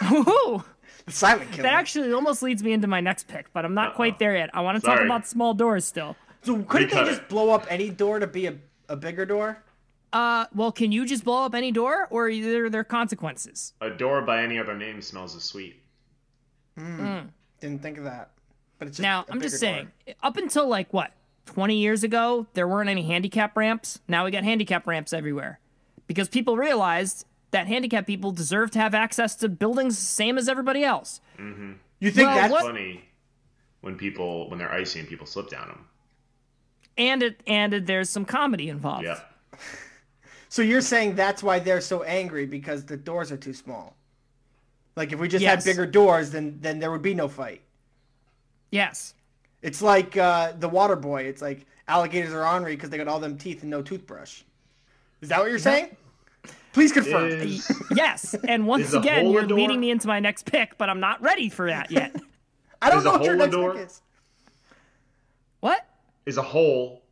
[SPEAKER 1] Woohoo!
[SPEAKER 2] The silent killer.
[SPEAKER 3] Hmm.
[SPEAKER 1] That actually almost leads me into my next pick, but I'm not quite there yet. I want to talk
[SPEAKER 3] Sorry.
[SPEAKER 1] about small doors still.
[SPEAKER 2] so couldn't they
[SPEAKER 3] Recut
[SPEAKER 2] just
[SPEAKER 3] it.
[SPEAKER 2] blow up any door to be a, a bigger door?
[SPEAKER 1] Uh, well, can you just blow up any door, or are there there consequences?
[SPEAKER 3] A door by any other name smells as sweet.
[SPEAKER 2] Didn't think of that. But it's just
[SPEAKER 1] Now,
[SPEAKER 2] i
[SPEAKER 1] I'm just saying, up until like what, 20 years ago, there weren't any handicap ramps. Now we got handicap ramps everywhere because people realized that handicapped people deserve to have access to buildings same as everybody else.
[SPEAKER 2] You think
[SPEAKER 1] Well,
[SPEAKER 2] that's
[SPEAKER 1] what-
[SPEAKER 3] Funny when people when they're icy and people slip down them.
[SPEAKER 1] And it and it, there's some comedy involved.
[SPEAKER 3] Yeah.
[SPEAKER 2] so? You're saying that's why they're so angry because the doors are too small. Like if we just
[SPEAKER 1] Yes.
[SPEAKER 2] had bigger doors, then then there would be no fight.
[SPEAKER 1] Yes.
[SPEAKER 2] It's like uh, the Water Boy. It's like alligators are ornery because they got all them teeth and no toothbrush. Is that what you're saying? Please confirm.
[SPEAKER 3] Is,
[SPEAKER 1] Yes. And once
[SPEAKER 3] Is a
[SPEAKER 1] again,
[SPEAKER 3] hole a
[SPEAKER 1] you're
[SPEAKER 3] door?
[SPEAKER 1] leading me into my next pick, but I'm not ready for that yet.
[SPEAKER 2] I don't
[SPEAKER 3] Is
[SPEAKER 2] know
[SPEAKER 3] a
[SPEAKER 2] what your
[SPEAKER 3] hole a
[SPEAKER 2] next
[SPEAKER 3] door?
[SPEAKER 2] pick is.
[SPEAKER 1] what?
[SPEAKER 3] is a hole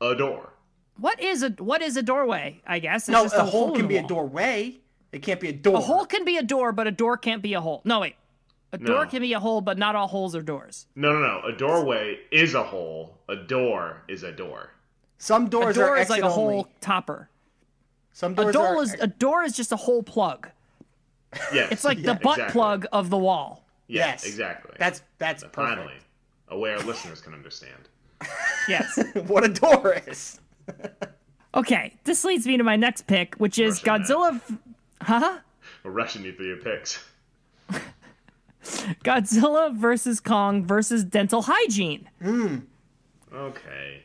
[SPEAKER 3] a door?
[SPEAKER 1] What is a what is a doorway? I guess it's
[SPEAKER 2] No,
[SPEAKER 1] just
[SPEAKER 2] a, hole
[SPEAKER 1] in
[SPEAKER 2] can
[SPEAKER 1] the
[SPEAKER 2] be a
[SPEAKER 1] wall.
[SPEAKER 2] doorway. It can't be a door.
[SPEAKER 1] A hole can be a door, but a door can't be a hole. No, wait. A door can be a hole, but not all holes are doors.
[SPEAKER 3] No, no, no. A doorway is a hole. A door is a door.
[SPEAKER 2] Some
[SPEAKER 1] A
[SPEAKER 2] doors
[SPEAKER 1] door
[SPEAKER 2] are
[SPEAKER 1] is
[SPEAKER 2] exit
[SPEAKER 1] like a
[SPEAKER 2] only.
[SPEAKER 1] hole topper.
[SPEAKER 2] Some
[SPEAKER 1] A
[SPEAKER 2] doors
[SPEAKER 1] door
[SPEAKER 2] are
[SPEAKER 1] is a door is just a hole plug.
[SPEAKER 3] Yes.
[SPEAKER 1] It's like the butt
[SPEAKER 3] exactly.
[SPEAKER 1] plug of the wall.
[SPEAKER 3] Yeah,
[SPEAKER 2] yes.
[SPEAKER 3] Exactly.
[SPEAKER 2] That's that's
[SPEAKER 3] finally
[SPEAKER 2] perfect.
[SPEAKER 3] aware listeners can understand.
[SPEAKER 1] Yes.
[SPEAKER 2] what a door is.
[SPEAKER 1] okay. This leads me to my next pick, which is
[SPEAKER 3] Russian
[SPEAKER 1] Godzilla v-
[SPEAKER 3] We're rushing you through your picks.
[SPEAKER 1] Godzilla versus Kong versus dental hygiene.
[SPEAKER 3] Okay.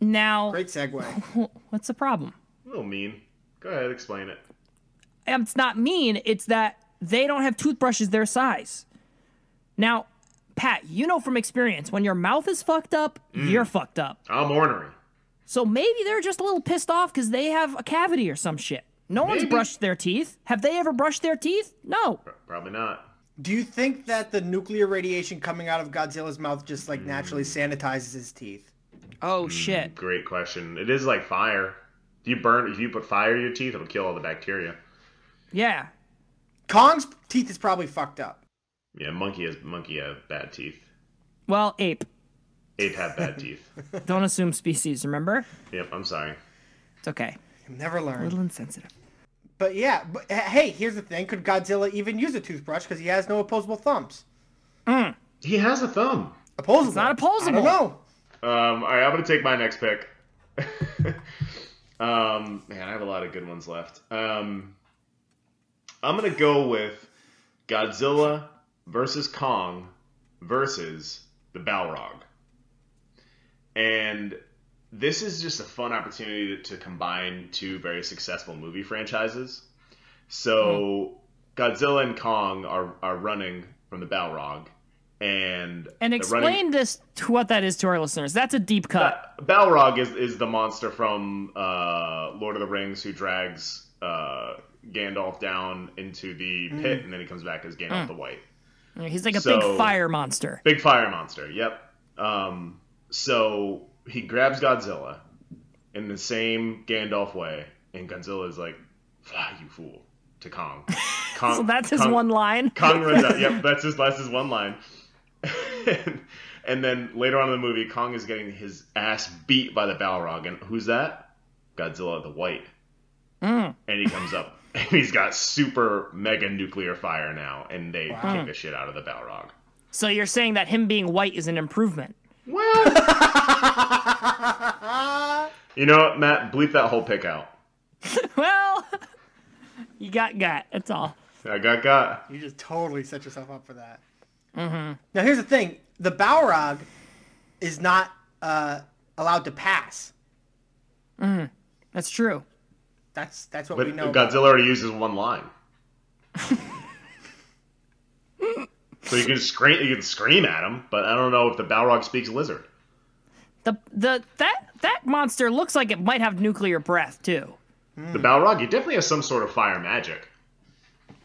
[SPEAKER 1] Now,
[SPEAKER 2] Great segue.
[SPEAKER 1] what's the problem?
[SPEAKER 3] A little mean. Go ahead, explain it.
[SPEAKER 1] Um, It's not mean, it's that they don't have toothbrushes their size. Now, Pat, you know from experience, when your mouth is fucked up, you're fucked up.
[SPEAKER 3] I'm ornery.
[SPEAKER 1] So maybe they're just a little pissed off because they have a cavity or some shit. No one's
[SPEAKER 3] Maybe.
[SPEAKER 1] brushed their teeth. Have they ever brushed their teeth? No.
[SPEAKER 3] Probably not.
[SPEAKER 2] Do you think that the nuclear radiation coming out of Godzilla's mouth just like naturally sanitizes his teeth?
[SPEAKER 1] Oh, shit.
[SPEAKER 3] Great question. It is like fire. If you burn, if you put fire in your teeth, it'll kill all the bacteria.
[SPEAKER 1] Yeah.
[SPEAKER 2] Kong's teeth is probably fucked up.
[SPEAKER 3] Yeah, monkey has monkey have bad teeth.
[SPEAKER 1] Well, ape.
[SPEAKER 3] Ape have bad teeth.
[SPEAKER 1] Don't assume species, remember?
[SPEAKER 3] Yep, I'm sorry.
[SPEAKER 1] It's okay.
[SPEAKER 2] Never
[SPEAKER 1] A
[SPEAKER 2] learned.
[SPEAKER 1] little insensitive.
[SPEAKER 2] But yeah, but h- hey, here's the thing: could Godzilla even use a toothbrush because he has no opposable thumbs?
[SPEAKER 3] He has a thumb.
[SPEAKER 2] Opposable?
[SPEAKER 1] not
[SPEAKER 2] I don't
[SPEAKER 1] opposable.
[SPEAKER 2] know.
[SPEAKER 3] Um, all right, I'm gonna take my next pick. um, man, I have a lot of good ones left. Um, I'm gonna go with Godzilla versus Kong versus the Balrog, and this is just a fun opportunity to, to combine two very successful movie franchises. So
[SPEAKER 1] Hmm.
[SPEAKER 3] Godzilla and Kong are are running from the Balrog, and
[SPEAKER 1] And
[SPEAKER 3] they're running-
[SPEAKER 1] explain this to what that is to our listeners. That's a deep cut.
[SPEAKER 3] Balrog is, is the monster from uh, Lord of the Rings who drags uh, Gandalf down into the
[SPEAKER 1] Hmm.
[SPEAKER 3] pit and then he comes back as Gandalf the White.
[SPEAKER 1] He's like a
[SPEAKER 3] So-
[SPEAKER 1] big fire monster.
[SPEAKER 3] Big fire monster, yep. Um, so he grabs Godzilla in the same Gandalf way, and Godzilla is like, fly, you fool, to Kong. Kong
[SPEAKER 1] So that's his
[SPEAKER 3] Kong-
[SPEAKER 1] one line.
[SPEAKER 3] Kong runs out. Yep, that's his that's his one line. and, then later on in the movie, Kong is getting his ass beat by the Balrog, and who's that? Godzilla the White.
[SPEAKER 2] Mm.
[SPEAKER 3] And he comes up, and he's got super mega nuclear fire now, and they kick the shit out of the Balrog.
[SPEAKER 1] So you're saying that him being white is an improvement.
[SPEAKER 3] Well, you know what, Matt? Bleep that whole pick out.
[SPEAKER 1] Well, you got got. That's all.
[SPEAKER 3] I got got.
[SPEAKER 2] You just totally set yourself up for that. Now here's the thing: the Balrog is not uh, allowed to pass.
[SPEAKER 1] That's true.
[SPEAKER 2] That's that's what
[SPEAKER 3] But
[SPEAKER 2] we know. about.
[SPEAKER 3] Godzilla already uses one line. so you can scream, you can scream at him, but I don't know if the Balrog speaks lizard.
[SPEAKER 1] The the that that monster looks like it might have nuclear breath too.
[SPEAKER 3] The Balrog, he definitely has some sort of fire magic.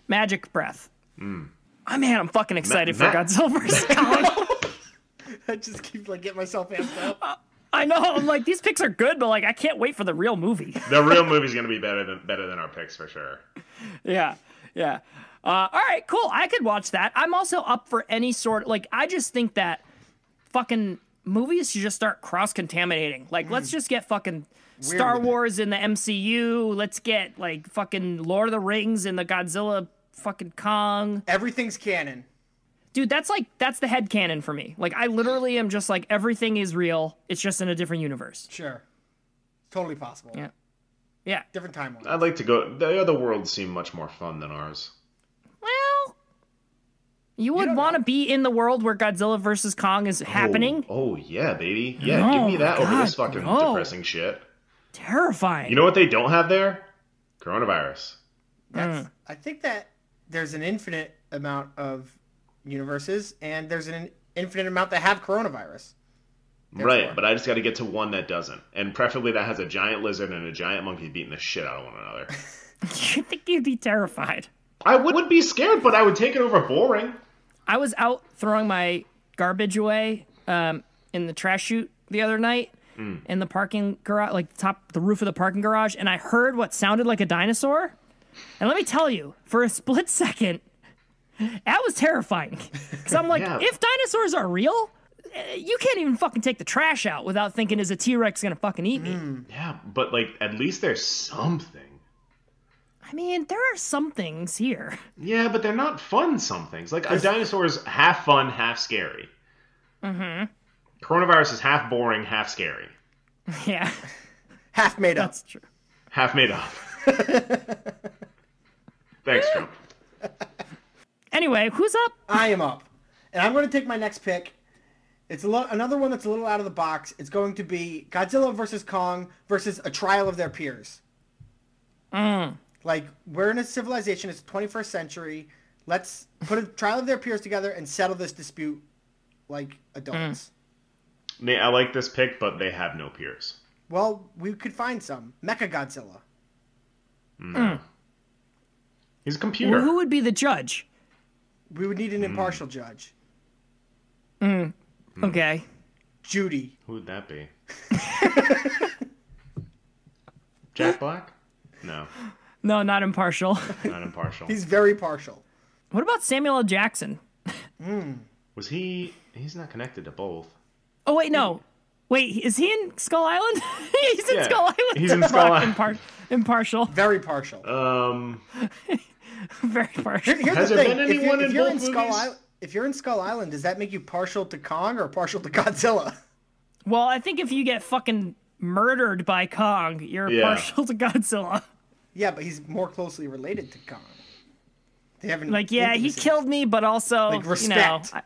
[SPEAKER 1] Magic breath. Oh, man, I'm fucking excited
[SPEAKER 3] Hmm. Ma-
[SPEAKER 1] for
[SPEAKER 3] ma-
[SPEAKER 1] Godzilla vs. Kong.
[SPEAKER 2] I just keep like getting myself amped up.
[SPEAKER 1] I know. I'm like these picks are good, but like I can't wait for the real movie.
[SPEAKER 3] The real movie's gonna be better than better than our picks for sure.
[SPEAKER 1] Yeah, yeah. Uh, all right, cool. I could watch that. I'm also up for any sort. Like, I just think that fucking movies should just start cross contaminating. Like, let's just get fucking Star
[SPEAKER 2] Mm. with it.
[SPEAKER 1] Wars in the MCU. Let's get like fucking Lord of the Rings and the Godzilla fucking Kong.
[SPEAKER 2] Everything's canon.
[SPEAKER 1] Dude, that's like that's the head canon for me. Like, I literally am just like everything is real. It's just in a different universe.
[SPEAKER 2] Sure, totally possible.
[SPEAKER 1] Yeah. Yeah.
[SPEAKER 2] Different timeline.
[SPEAKER 3] I'd like to go. The other worlds seem much more fun than ours.
[SPEAKER 1] Well. You would
[SPEAKER 2] don't
[SPEAKER 1] want to be in the world where Godzilla versus Kong is happening.
[SPEAKER 3] Oh, oh, yeah, baby. Yeah, give me
[SPEAKER 1] No,
[SPEAKER 3] that over
[SPEAKER 1] God,
[SPEAKER 3] this fucking
[SPEAKER 1] no.
[SPEAKER 3] depressing shit.
[SPEAKER 1] Terrifying.
[SPEAKER 3] You know what they don't have there? Coronavirus.
[SPEAKER 2] That's, I think that there's an infinite amount of universes, and there's an infinite amount that have coronavirus.
[SPEAKER 3] right, but I just got to get to one that doesn't, and preferably that has a giant lizard and a giant monkey beating the shit out of one another.
[SPEAKER 1] I think you'd be terrified.
[SPEAKER 3] I would, would be scared, but I would take it over boring.
[SPEAKER 1] I was out throwing my garbage away um, in the trash chute the other night in the parking garage, like the top, the roof of the parking garage, and I heard what sounded like a dinosaur. And let me tell you, for a split second, that was terrifying. Because I'm like,
[SPEAKER 3] Yeah.
[SPEAKER 1] if dinosaurs are real, eh, you can't even fucking take the trash out without thinking, is a T Rex gonna fucking eat me?
[SPEAKER 3] Yeah, but like at least there's something.
[SPEAKER 1] I mean, there are some things here.
[SPEAKER 3] Yeah, but they're not fun some things. Like a dinosaur is half fun, half scary. Mm-hmm. Coronavirus is half boring, half scary,
[SPEAKER 1] yeah,
[SPEAKER 2] Half made up.
[SPEAKER 1] that's true.
[SPEAKER 3] half made up. Thanks, Trump.
[SPEAKER 1] Anyway, who's up?
[SPEAKER 2] I am up, and I'm going to take my next pick. It's a lo- another one that's a little out of the box. It's going to be Godzilla versus Kong versus a trial of their peers. Like we're in a civilization. It's the 21st century. Let's put a trial of their peers together and settle this dispute like adults.
[SPEAKER 3] Nate, I like this pick, but they have no peers.
[SPEAKER 2] Well, we could find some Mecha Godzilla.
[SPEAKER 3] He's a computer.
[SPEAKER 1] Who would be the judge?
[SPEAKER 2] We would need an
[SPEAKER 3] Hmm.
[SPEAKER 2] impartial judge.
[SPEAKER 1] Okay.
[SPEAKER 2] Judy.
[SPEAKER 3] Who would that be? Jack Black? No,
[SPEAKER 1] No, not impartial.
[SPEAKER 3] not impartial.
[SPEAKER 2] He's very partial.
[SPEAKER 1] what about Samuel L. Jackson?
[SPEAKER 3] Was he? He's not connected to both.
[SPEAKER 1] Oh wait, no. Wait, is he in Skull Island? he's in
[SPEAKER 3] Yeah,
[SPEAKER 1] Skull Island.
[SPEAKER 3] he's in
[SPEAKER 1] The
[SPEAKER 3] Skull
[SPEAKER 1] Rock,
[SPEAKER 3] Island.
[SPEAKER 1] impar- impartial.
[SPEAKER 2] Very partial.
[SPEAKER 3] Um,
[SPEAKER 1] Very partial.
[SPEAKER 2] Here- Here's
[SPEAKER 3] Has
[SPEAKER 2] the
[SPEAKER 3] there
[SPEAKER 2] thing:
[SPEAKER 3] been
[SPEAKER 2] if you're,
[SPEAKER 3] anyone
[SPEAKER 2] if
[SPEAKER 3] in
[SPEAKER 2] you're in
[SPEAKER 3] both
[SPEAKER 2] Skull
[SPEAKER 3] movies?
[SPEAKER 2] Island, if you're in Skull Island, does that make you partial to Kong or partial to Godzilla?
[SPEAKER 1] Well, I think if you get fucking murdered by Kong, you're
[SPEAKER 3] Yeah.
[SPEAKER 1] partial to Godzilla.
[SPEAKER 2] Yeah, but he's more closely related to Kong. They haven't
[SPEAKER 1] Like, yeah, he killed me, but also,
[SPEAKER 2] Like,
[SPEAKER 1] you know,
[SPEAKER 2] respect.
[SPEAKER 1] I-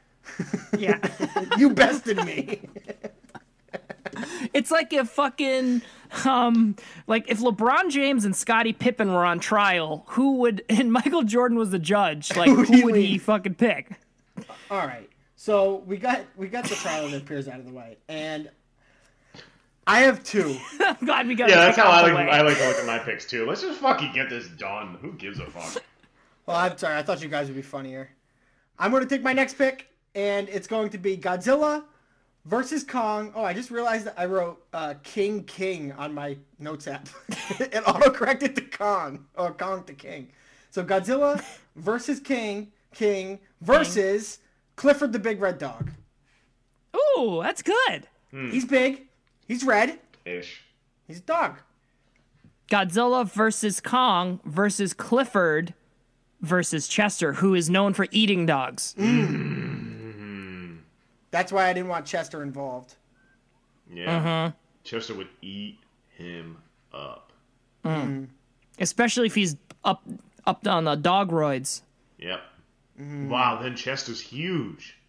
[SPEAKER 1] yeah.
[SPEAKER 2] you bested me.
[SPEAKER 1] It's like if fucking um like if LeBron James and Scottie Pippen were on trial, who would and Michael Jordan was the judge, like
[SPEAKER 2] Who do
[SPEAKER 1] who
[SPEAKER 2] you
[SPEAKER 1] would he
[SPEAKER 2] leave?
[SPEAKER 1] fucking pick?
[SPEAKER 2] All right. So we got we got the trial of the peers out of the way, and I have two.
[SPEAKER 1] I'm glad we got
[SPEAKER 3] yeah,
[SPEAKER 1] to
[SPEAKER 3] that's
[SPEAKER 1] pick
[SPEAKER 3] how
[SPEAKER 1] out
[SPEAKER 3] I
[SPEAKER 1] the
[SPEAKER 3] like
[SPEAKER 1] way.
[SPEAKER 3] I like to look at my picks too. Let's just fucking get this done. Who gives a fuck?
[SPEAKER 2] Well, I'm sorry. I thought you guys would be funnier. I'm going to take my next pick, and it's going to be Godzilla versus Kong. Oh, I just realized that I wrote uh, King King on my notes app. it autocorrected to Kong or Kong to King. So Godzilla versus King King versus Clifford the Big Red Dog.
[SPEAKER 1] Ooh, that's good.
[SPEAKER 2] He's big. He's red.
[SPEAKER 3] Ish.
[SPEAKER 2] He's a dog.
[SPEAKER 1] Godzilla versus Kong versus Clifford versus Chester, who is known for eating dogs.
[SPEAKER 2] That's why I didn't want Chester involved.
[SPEAKER 3] Yeah.
[SPEAKER 1] Mm-hmm.
[SPEAKER 3] Chester would eat him up.
[SPEAKER 1] Especially if he's up up on the dog roids.
[SPEAKER 3] Yep. Wow. Then Chester's huge.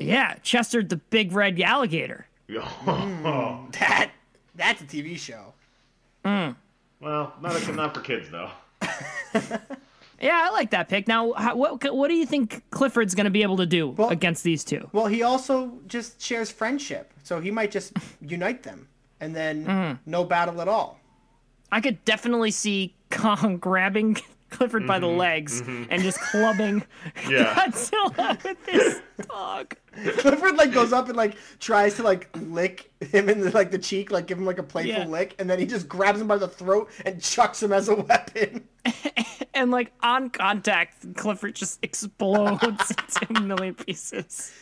[SPEAKER 1] Yeah, Chester the big red alligator.
[SPEAKER 2] That that's a TV show.
[SPEAKER 3] Well, not not for kids though.
[SPEAKER 1] Yeah, I like that pick. Now, how, what what do you think Clifford's going to be able to do against these two?
[SPEAKER 2] Well, he also just shares friendship, so he might just unite them, and then
[SPEAKER 1] Mm-hmm.
[SPEAKER 2] no battle at all.
[SPEAKER 1] I could definitely see Kong grabbing Clifford by
[SPEAKER 3] Mm-hmm.
[SPEAKER 1] the legs and just clubbing
[SPEAKER 3] Yeah.
[SPEAKER 1] Godzilla with his dog.
[SPEAKER 2] Clifford like goes up and like tries to like lick him in the, like the cheek, like give him like a playful
[SPEAKER 1] Yeah.
[SPEAKER 2] lick, and then he just grabs him by the throat and chucks him as a weapon.
[SPEAKER 1] And like on contact, Clifford just explodes into a million pieces.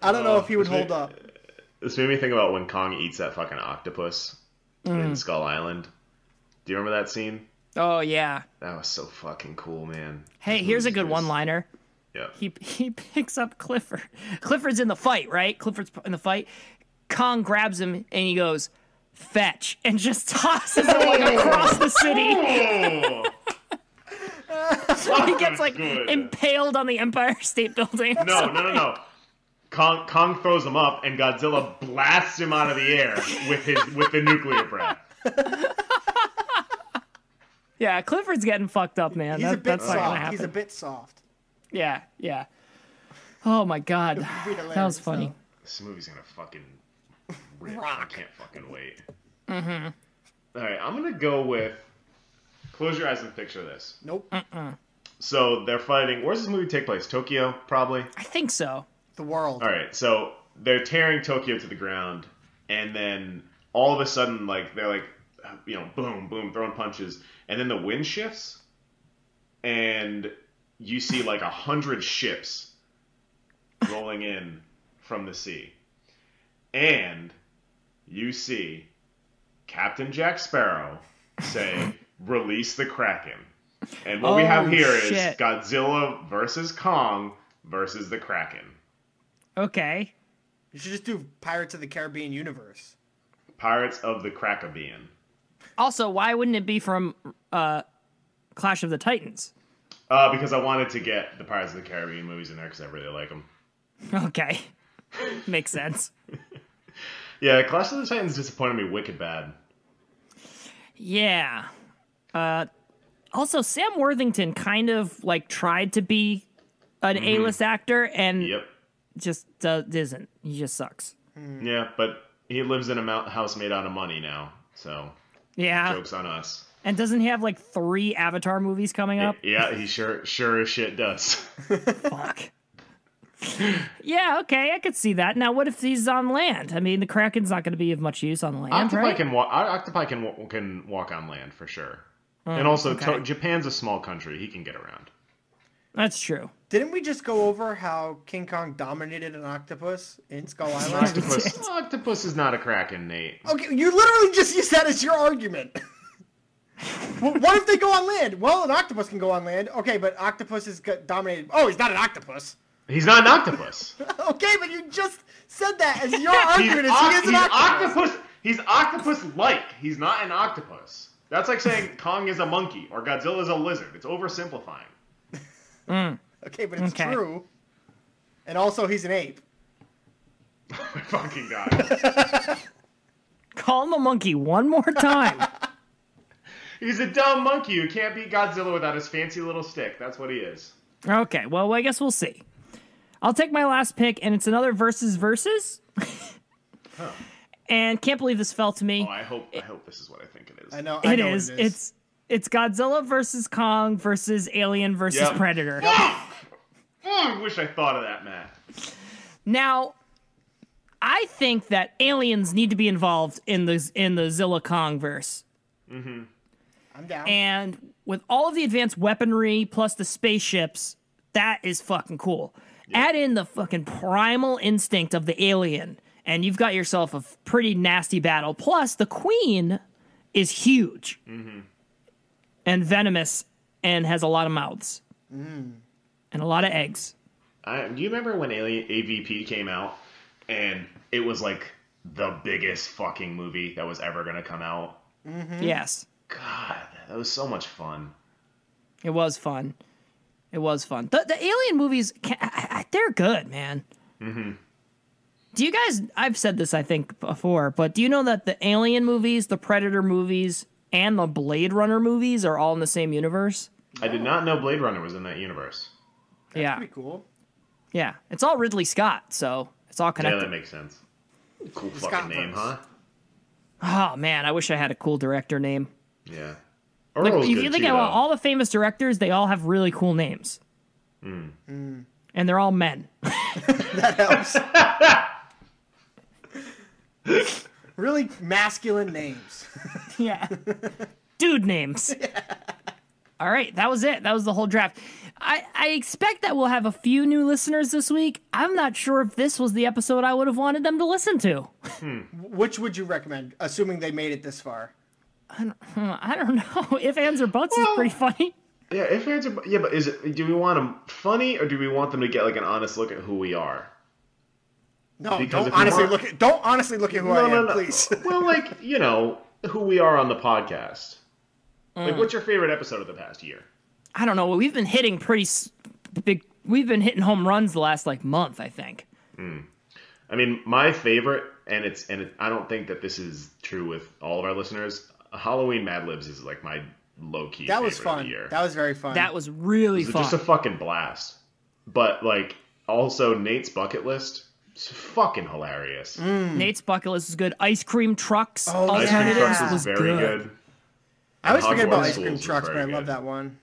[SPEAKER 2] I don't know if he would
[SPEAKER 3] is it-
[SPEAKER 2] hold up.
[SPEAKER 3] This made me think about when Kong eats that fucking octopus
[SPEAKER 1] Mm.
[SPEAKER 3] in Skull Island. Do you remember that scene?
[SPEAKER 1] Oh yeah.
[SPEAKER 3] That was so fucking cool, man.
[SPEAKER 1] Hey, here's a good one-liner.
[SPEAKER 3] Yeah.
[SPEAKER 1] he he picks up Clifford. Clifford's in the fight, right? Clifford's in the fight. Kong grabs him and he goes, "Fetch," and just tosses him like across the city.
[SPEAKER 3] Oh,
[SPEAKER 1] He gets like
[SPEAKER 3] Good.
[SPEAKER 1] impaled on the Empire State Building.
[SPEAKER 3] no, no, no, no. Kong, Kong throws him up, and Godzilla blasts him out of the air with his with the nuclear breath.
[SPEAKER 1] Yeah, Clifford's getting fucked up, man.
[SPEAKER 2] He's
[SPEAKER 1] That-
[SPEAKER 2] a bit
[SPEAKER 1] that's not gonna
[SPEAKER 2] soft.
[SPEAKER 1] happen.
[SPEAKER 2] He's a bit soft.
[SPEAKER 1] Yeah, yeah. Oh my god,
[SPEAKER 2] be
[SPEAKER 1] that
[SPEAKER 2] hilarious,
[SPEAKER 1] was funny.
[SPEAKER 2] though.
[SPEAKER 3] This movie's gonna fucking rip.
[SPEAKER 2] Rock.
[SPEAKER 3] I can't fucking wait. Mm-hmm. All right, I'm gonna go with. Close your eyes and picture this.
[SPEAKER 2] Nope.
[SPEAKER 1] Mm.
[SPEAKER 3] So they're fighting. Where's this movie take place? Tokyo, probably.
[SPEAKER 1] I think so.
[SPEAKER 2] The world.
[SPEAKER 3] All right, so they're tearing Tokyo to the ground, and then all of a sudden, like they're like, you know, boom, boom, throwing punches, and then the wind shifts, and you see like a hundred ships rolling in from the sea, and you see Captain Jack Sparrow say, "Release the Kraken." And what we
[SPEAKER 1] Oh,
[SPEAKER 3] have here is
[SPEAKER 1] shit.
[SPEAKER 3] Godzilla versus Kong versus the Kraken.
[SPEAKER 1] Okay.
[SPEAKER 2] You should just do Pirates of the Caribbean universe.
[SPEAKER 3] Pirates of the Krakabian.
[SPEAKER 1] Also, why wouldn't it be from uh, Clash of the Titans?
[SPEAKER 3] Uh, because I wanted to get the Pirates of the Caribbean movies in there because I really like them.
[SPEAKER 1] Okay, makes sense.
[SPEAKER 3] Yeah, Clash of the Titans disappointed me wicked bad.
[SPEAKER 1] Yeah. Uh, also, Sam Worthington kind of like tried to be an A-list actor and
[SPEAKER 3] Mm-hmm. Yep.
[SPEAKER 1] just uh, isn't. He just sucks.
[SPEAKER 3] Yeah, but he lives in a mou- house made out of money now, so
[SPEAKER 1] Yeah,
[SPEAKER 3] jokes on us.
[SPEAKER 1] and doesn't he have like three Avatar movies coming up?
[SPEAKER 3] Yeah, he sure sure as shit does.
[SPEAKER 1] Fuck. yeah, okay, I could see that. Now, what if he's on land? I mean, the Kraken's not going to be of much use on land,
[SPEAKER 3] Octopi
[SPEAKER 1] right?
[SPEAKER 3] can walk. Octopi can wa- can walk on land for sure. and also,
[SPEAKER 1] Oh, okay.
[SPEAKER 3] to- Japan's a small country; he can get around.
[SPEAKER 1] That's true.
[SPEAKER 2] Didn't we just go over how King Kong dominated an octopus in Skull Island?
[SPEAKER 3] Octopus, octopus is not a kraken, Nate.
[SPEAKER 2] okay, you literally just used that as your argument. Well, what if they go on land? Well, an octopus can go on land. Okay, but octopus is got- dominated. Oh, he's not an octopus.
[SPEAKER 3] He's not an octopus.
[SPEAKER 2] Okay, but you just said that as your argument. is
[SPEAKER 3] oc-
[SPEAKER 2] he is an
[SPEAKER 3] he's
[SPEAKER 2] octopus.
[SPEAKER 3] He's octopus-like. He's not an octopus. That's like saying Kong is a monkey or Godzilla is a lizard. It's oversimplifying.
[SPEAKER 2] Okay, but it's
[SPEAKER 1] Okay.
[SPEAKER 2] true. And also, he's an ape.
[SPEAKER 3] My fucking god.
[SPEAKER 1] Call him a monkey one more time.
[SPEAKER 3] He's a dumb monkey who can't beat Godzilla without his fancy little stick. That's what he is.
[SPEAKER 1] okay, well, I guess we'll see. I'll take my last pick, and it's another versus versus. And can't believe this fell to me.
[SPEAKER 3] Oh, I hope I hope this is what I think it is.
[SPEAKER 2] I know. I
[SPEAKER 1] It
[SPEAKER 2] know
[SPEAKER 1] is.
[SPEAKER 2] What it is.
[SPEAKER 1] It's it's Godzilla versus Kong versus Alien versus
[SPEAKER 3] Yep.
[SPEAKER 1] Predator.
[SPEAKER 3] Oh, I wish I thought of that, Matt.
[SPEAKER 1] Now, I think that aliens need to be involved in the in the Zilla Kong verse,
[SPEAKER 2] I'm down.
[SPEAKER 1] and with all of the advanced weaponry plus the spaceships, that is fucking cool. Add in the fucking primal instinct of the alien, and you've got yourself a f- pretty nasty battle. Plus, the queen is huge and venomous and has a lot of mouths and a lot of eggs.
[SPEAKER 3] I, do you remember when Alien AVP came out and it was like the biggest fucking movie that was ever gonna come out?
[SPEAKER 1] Yes.
[SPEAKER 3] God, that was so much fun.
[SPEAKER 1] It was fun. It was fun. The the alien movies, ca- I- I- they're good, man. Mm-hmm. Do you guys? I've said this, I think, before, but do you know that the Alien movies, the Predator movies, and the Blade Runner movies are all in the same universe?
[SPEAKER 3] I did not know Blade Runner was in that universe.
[SPEAKER 1] yeah,
[SPEAKER 2] Pretty cool.
[SPEAKER 1] yeah. It's all Ridley Scott, so it's all
[SPEAKER 3] Yeah,
[SPEAKER 1] connected.
[SPEAKER 3] that makes sense. Cool fucking
[SPEAKER 2] Scott
[SPEAKER 3] name,
[SPEAKER 2] Burns.
[SPEAKER 3] huh?
[SPEAKER 1] oh man, I wish I had a cool director name.
[SPEAKER 3] Yeah.
[SPEAKER 1] Like,
[SPEAKER 3] Earl's
[SPEAKER 1] if
[SPEAKER 3] good
[SPEAKER 1] you think
[SPEAKER 3] too,
[SPEAKER 1] about
[SPEAKER 3] though.
[SPEAKER 1] all the famous directors, they all have really cool names,
[SPEAKER 3] Mm.
[SPEAKER 2] Mm.
[SPEAKER 1] and they're all men.
[SPEAKER 2] That helps. really masculine names.
[SPEAKER 1] Yeah. Dude names. All right, that was it. That was the whole draft. I, I expect that we'll have a few new listeners this week. I'm not sure if this was the episode I would have wanted them to listen to.
[SPEAKER 2] Which would you recommend, assuming they made it this far?
[SPEAKER 1] I don't know. If ands or buts is pretty funny.
[SPEAKER 3] yeah, if fans are, yeah, but is it? Do we want them funny or do we want them to get like an honest look at who we are?
[SPEAKER 2] No,
[SPEAKER 3] Because
[SPEAKER 2] don't
[SPEAKER 3] if you
[SPEAKER 2] honestly
[SPEAKER 3] want-
[SPEAKER 2] look at don't honestly look at who I am, please.
[SPEAKER 3] well, like you know who we are on the podcast. Like, what's your favorite episode of the past year?
[SPEAKER 1] I don't know. We've been hitting pretty s- big. We've been hitting home runs the last like month, I think.
[SPEAKER 3] I mean, my favorite, and it's and it, I don't think that this is true with all of our listeners. Halloween Mad Libs is like my low key.
[SPEAKER 2] That was
[SPEAKER 3] Of the
[SPEAKER 2] fun.
[SPEAKER 3] year.
[SPEAKER 2] That was very fun.
[SPEAKER 1] That was really
[SPEAKER 3] It's
[SPEAKER 1] fun.
[SPEAKER 3] just a fucking blast. But like, also Nate's bucket list, is fucking hilarious.
[SPEAKER 1] Nate's bucket list is good. Ice cream trucks.
[SPEAKER 2] Oh,
[SPEAKER 3] Ice
[SPEAKER 2] Ice
[SPEAKER 3] cream
[SPEAKER 2] cream
[SPEAKER 1] alternatives
[SPEAKER 2] Trucks
[SPEAKER 3] is
[SPEAKER 1] was
[SPEAKER 3] very good.
[SPEAKER 2] I always forget about
[SPEAKER 3] Hogwarts
[SPEAKER 2] ice cream
[SPEAKER 3] Schools was
[SPEAKER 2] trucks, but
[SPEAKER 3] very
[SPEAKER 2] I love
[SPEAKER 3] good.
[SPEAKER 2] that one.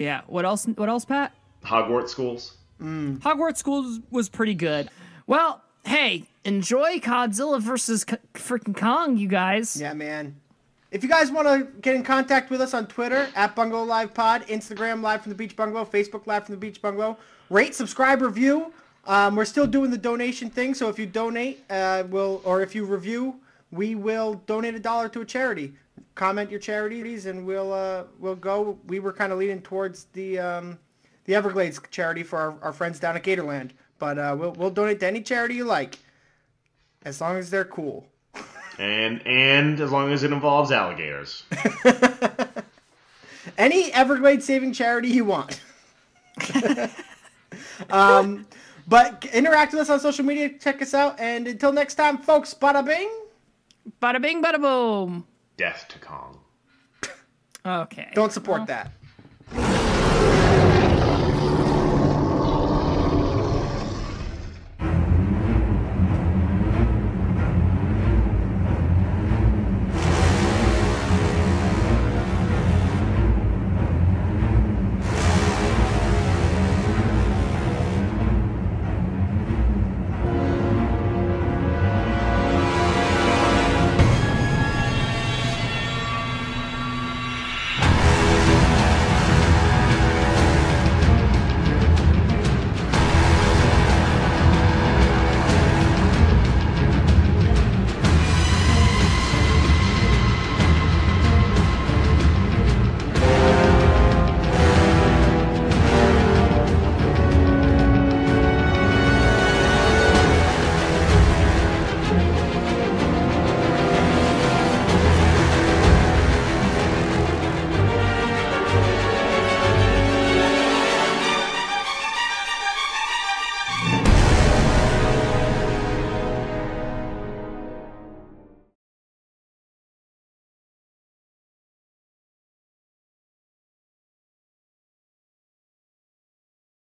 [SPEAKER 1] Yeah. What else? What else, Pat?
[SPEAKER 3] Hogwarts schools.
[SPEAKER 1] Hogwarts School was, was pretty good. Well, hey, enjoy Godzilla versus K- freaking Kong, you guys.
[SPEAKER 2] Yeah, man. If you guys want to get in contact with us on Twitter at Bungalow Live Pod, Instagram Live from the Beach Bungalow, Facebook Live from the Beach Bungalow, rate, subscribe, review. Um, we're still doing the donation thing, so if you donate, uh, we'll or if you review, we will donate a dollar to a charity. Comment your charities, and we'll uh, we'll go. We were kind of leaning towards the um, the Everglades charity for our, our friends down at Gatorland, but uh, we'll we'll donate to any charity you like, as long as they're cool.
[SPEAKER 3] And and as long as it involves alligators.
[SPEAKER 2] any Everglades saving charity you want. um, but interact with us on social media. Check us out. And until next time, folks, bada bing.
[SPEAKER 1] Bada bing, bada boom.
[SPEAKER 3] Death to Kong.
[SPEAKER 1] Okay.
[SPEAKER 2] Don't support that.